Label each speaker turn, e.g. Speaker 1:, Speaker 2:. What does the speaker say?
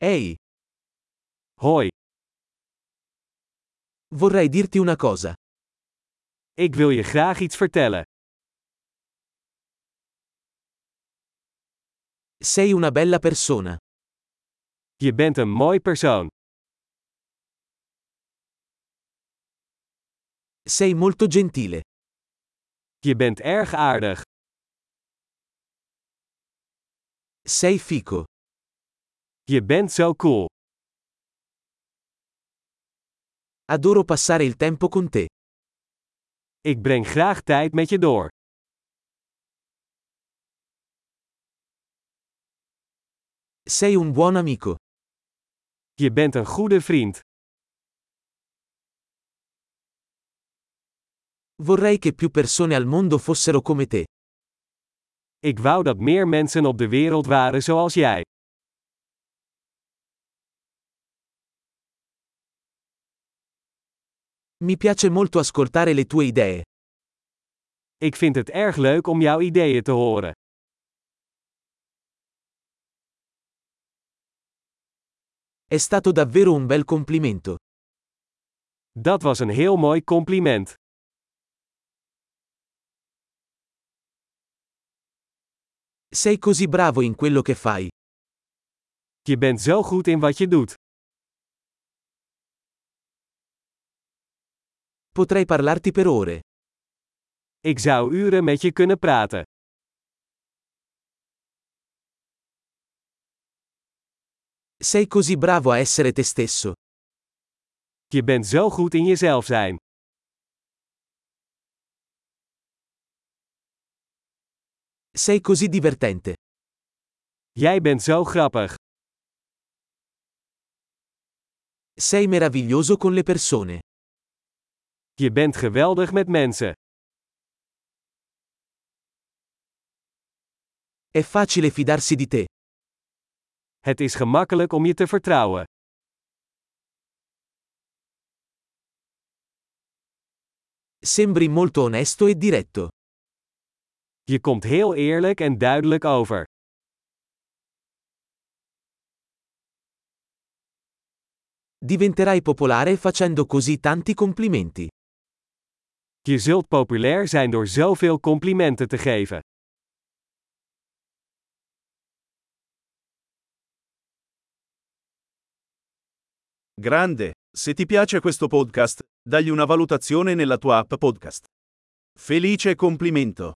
Speaker 1: Ehi. Hoi. Vorrei dirti una cosa.
Speaker 2: Ik wil je graag iets vertellen.
Speaker 1: Sei una bella persona.
Speaker 2: Je bent een mooi persoon.
Speaker 1: Sei molto gentile.
Speaker 2: Je bent erg aardig.
Speaker 1: Sei fico.
Speaker 2: Je bent zo cool.
Speaker 1: Adoro passare il tempo con te.
Speaker 2: Ik breng graag tijd met je door.
Speaker 1: Sei un buon amico.
Speaker 2: Je bent een goede vriend.
Speaker 1: Vorrei che più persone al mondo fossero come te.
Speaker 2: Ik wou dat meer mensen op de wereld waren zoals jij.
Speaker 1: Mi piace molto ascoltare le tue idee.
Speaker 2: Ik vind het erg leuk om jouw ideeën te horen.
Speaker 1: È stato davvero un bel complimento.
Speaker 2: Dat was een heel mooi compliment.
Speaker 1: Sei così bravo in quello che fai.
Speaker 2: Je bent zo goed in wat je doet.
Speaker 1: Potrei parlarti per ore.
Speaker 2: Ik zou uren met je kunnen praten.
Speaker 1: Sei così bravo a essere te stesso.
Speaker 2: Je bent zo goed in jezelf zijn.
Speaker 1: Sei così divertente.
Speaker 2: Jij bent zo grappig.
Speaker 1: Sei meraviglioso con le persone.
Speaker 2: Je bent geweldig met mensen.
Speaker 1: È facile fidarsi di te.
Speaker 2: Het is gemakkelijk om je te vertrouwen.
Speaker 1: Sembri molto onesto e diretto.
Speaker 2: Je komt heel eerlijk en duidelijk over.
Speaker 1: Diventerai popolare facendo così tanti complimenti.
Speaker 2: Je zult populair zijn door zoveel complimenten te geven.
Speaker 3: Grande, se ti piace questo podcast, dagli una valutazione nella tua app podcast. Felice complimento!